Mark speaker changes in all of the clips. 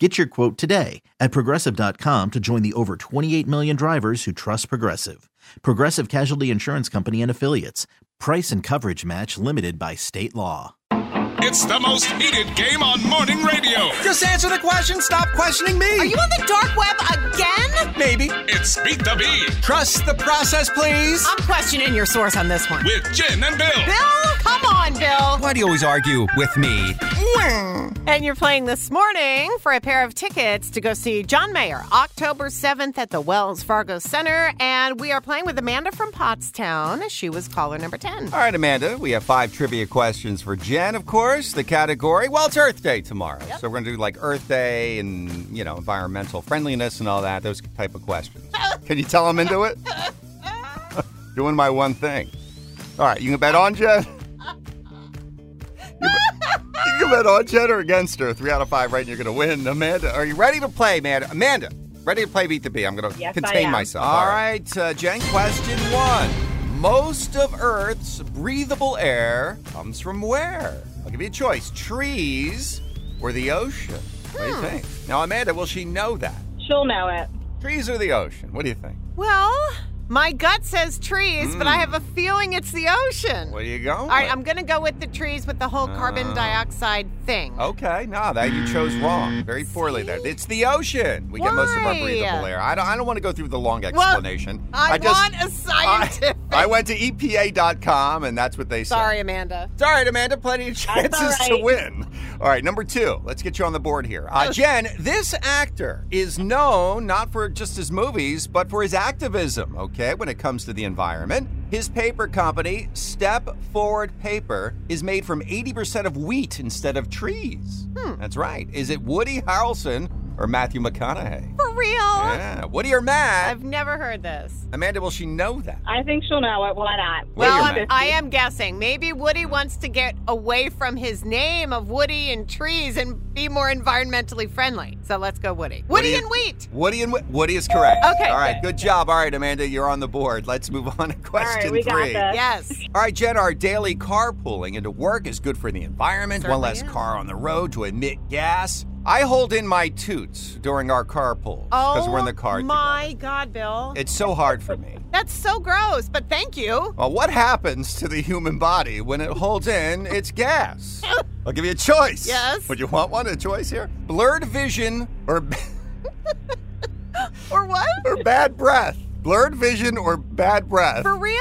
Speaker 1: Get your quote today at progressive.com to join the over 28 million drivers who trust Progressive. Progressive Casualty Insurance Company and Affiliates. Price and coverage match limited by state law.
Speaker 2: It's the most heated game on morning radio.
Speaker 3: Just answer the question. Stop questioning me.
Speaker 4: Are you on the dark web again?
Speaker 3: Maybe.
Speaker 2: It's Beat the Bee
Speaker 3: Trust the process, please.
Speaker 4: I'm questioning your source on this one.
Speaker 2: with Jen and Bill.
Speaker 4: Bill, come on, Bill.
Speaker 3: Why do you always argue with me?
Speaker 4: And you're playing this morning for a pair of tickets to go see John Mayer October 7th at the Wells Fargo Center. And we are playing with Amanda from Pottstown. She was caller number 10.
Speaker 3: All right, Amanda, we have five trivia questions for Jen, of course. The category, well, it's Earth Day tomorrow. So we're going to do like Earth Day and, you know, environmental friendliness and all that, those type of questions. Can you tell I'm into it? Doing my one thing. All right, you can bet on Jen. You bet- You can bet on Jen or against her. Three out of five, right? And you're going to win. Amanda, are you ready to play, Amanda? Amanda, ready to play Beat the Bee? I'm going to
Speaker 5: Yes, I
Speaker 3: contain
Speaker 5: am.
Speaker 3: myself. All right, uh, Jen, question one. Most of Earth's breathable air comes from where? I'll give you a choice trees or the ocean. What do you think? Now, Amanda, will she know that?
Speaker 5: Hmm. She'll know it.
Speaker 3: Trees or the ocean? What do you think?
Speaker 4: Well, my gut says trees, but I have a feeling it's the ocean.
Speaker 3: Where Hmm. you Oh. going?
Speaker 4: All right, I'm going to go with the trees with the whole carbon dioxide thing.
Speaker 3: Okay, no, that you chose wrong. Very poorly there. It's the ocean. We get most of our
Speaker 4: Why?
Speaker 3: breathable air. I don't, I don't want to go through the long explanation.
Speaker 4: I, want a
Speaker 3: I,
Speaker 4: scientific.
Speaker 3: I went to E EPA.com and that's what they said.
Speaker 4: Sorry, Amanda.
Speaker 3: It's all right, Amanda. Plenty of
Speaker 5: That's
Speaker 3: chances
Speaker 5: all
Speaker 3: to
Speaker 5: right. Oh.
Speaker 3: win. All right, number two. Let's get you on the board here. Uh, Jen, this actor is known not for just his movies, but for his activism, okay, when it comes to the environment. His paper company, Step Forward Paper, is made from 80% of wheat instead of trees.
Speaker 5: Hmm.
Speaker 3: That's right. Is it Woody Harrelson or Matthew McConaughey?
Speaker 4: For real?
Speaker 3: Yeah, Woody or Matt?
Speaker 4: I've never heard this.
Speaker 3: Amanda, will she know that?
Speaker 5: I think she'll know it. Why not?
Speaker 3: Well,
Speaker 4: Well,
Speaker 3: you're
Speaker 4: I'm,
Speaker 3: mad.
Speaker 4: I am guessing. Maybe Woody wants to get away from his name of Woody and trees and be more environmentally friendly. So let's go Woody. Woody,
Speaker 3: Woody-
Speaker 4: and wheat.
Speaker 3: Woody and Wh- Woody is correct.
Speaker 4: Okay,
Speaker 3: All right. Good, job. All right, Amanda, you're on the board. Let's move on to
Speaker 5: All
Speaker 3: question
Speaker 5: right, we got
Speaker 3: three.
Speaker 5: this.
Speaker 4: Yes.
Speaker 3: All right, Jen, our daily carpooling into work is good for the environment. One
Speaker 4: Certainly
Speaker 3: less
Speaker 4: is.
Speaker 3: car on the road to emit gas. I hold in my toots during our carpool because
Speaker 4: Oh
Speaker 3: we're in the car
Speaker 4: my God, Bill.
Speaker 3: together. It's so hard for me.
Speaker 4: That's so gross, but thank you.
Speaker 3: Well, what happens to the human body when it holds in its gas? I'll give you a choice.
Speaker 4: Yes.
Speaker 3: Would you want one? A choice here? Blurred vision or
Speaker 4: Or what?
Speaker 3: or bad breath? Blurred vision or bad breath?
Speaker 4: For real?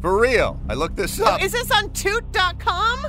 Speaker 3: For real. I looked this up.
Speaker 4: Is this on toot.com?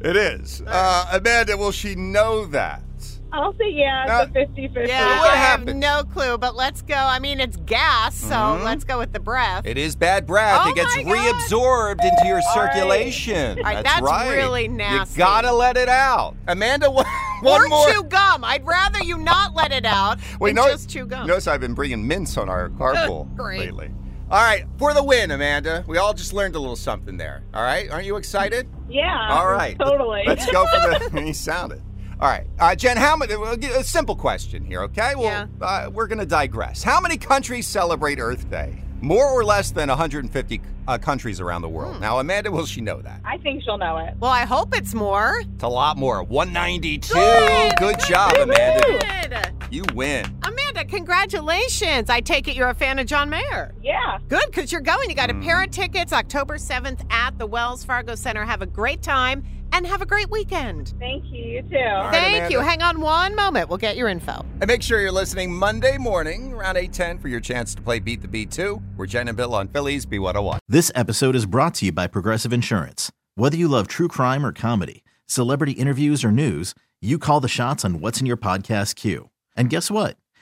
Speaker 3: it is. Uh, Amanda, will she know that?
Speaker 5: I'll say yeah. It's a 50 50.
Speaker 4: Yeah,
Speaker 3: What
Speaker 4: I have
Speaker 3: happens?
Speaker 4: no clue, but let's go. I mean, it's gas, so
Speaker 3: Mm-hmm.
Speaker 4: let's go with the breath.
Speaker 3: It is bad breath.
Speaker 4: Oh
Speaker 3: it gets
Speaker 4: my God.
Speaker 3: reabsorbed into your circulation.
Speaker 4: right,
Speaker 3: that's,
Speaker 4: that's
Speaker 3: right.
Speaker 4: really
Speaker 3: You
Speaker 4: nasty.
Speaker 3: gotta let it out. Amanda, one, one
Speaker 4: or
Speaker 3: more.
Speaker 4: chew gum. I'd rather you not let it out
Speaker 3: Wait,
Speaker 4: and
Speaker 3: no-
Speaker 4: just chew gum.
Speaker 3: Notice I've been bringing mints on our carpool
Speaker 4: Great.
Speaker 3: lately. All right, for the win, Amanda. We all just learned a little something there. All right, aren't you excited?
Speaker 5: Yeah.
Speaker 3: All
Speaker 4: Um,
Speaker 3: right.
Speaker 5: Totally.
Speaker 3: Let's go for the. he sounded. All right, uh, Jen. How many? We'll get a simple question here, okay? Well,
Speaker 4: Yeah.
Speaker 3: uh, we're going to digress. How many countries celebrate Earth Day? More or less than 150 uh, countries around the
Speaker 4: Hmm.
Speaker 3: world. Now, Amanda, will she know that?
Speaker 5: I think she'll know it.
Speaker 4: Well, I hope it's more.
Speaker 3: It's a lot more. 192.
Speaker 4: Good.
Speaker 3: Good job, Amanda.
Speaker 4: Good.
Speaker 3: You win.
Speaker 4: Amanda, congratulations. I take it you're a fan of John Mayer.
Speaker 5: Yeah.
Speaker 4: Good, because you're going. You got a
Speaker 3: Mm-hmm.
Speaker 4: pair of tickets October 7th at the Wells Fargo Center. Have a great time and have a great weekend.
Speaker 5: Thank you. You too.
Speaker 3: right,
Speaker 4: Thank you.
Speaker 3: Amanda.
Speaker 4: Hang on one moment. We'll get your info.
Speaker 3: And make sure you're listening Monday morning around 8:10 for your chance to play Beat the Beat 2. We're Jen and Bill on Phillies B101.
Speaker 1: This episode is brought to you by Progressive Insurance. Whether you love true crime or comedy, celebrity interviews or news, you call the shots on what's in your podcast queue. And guess what?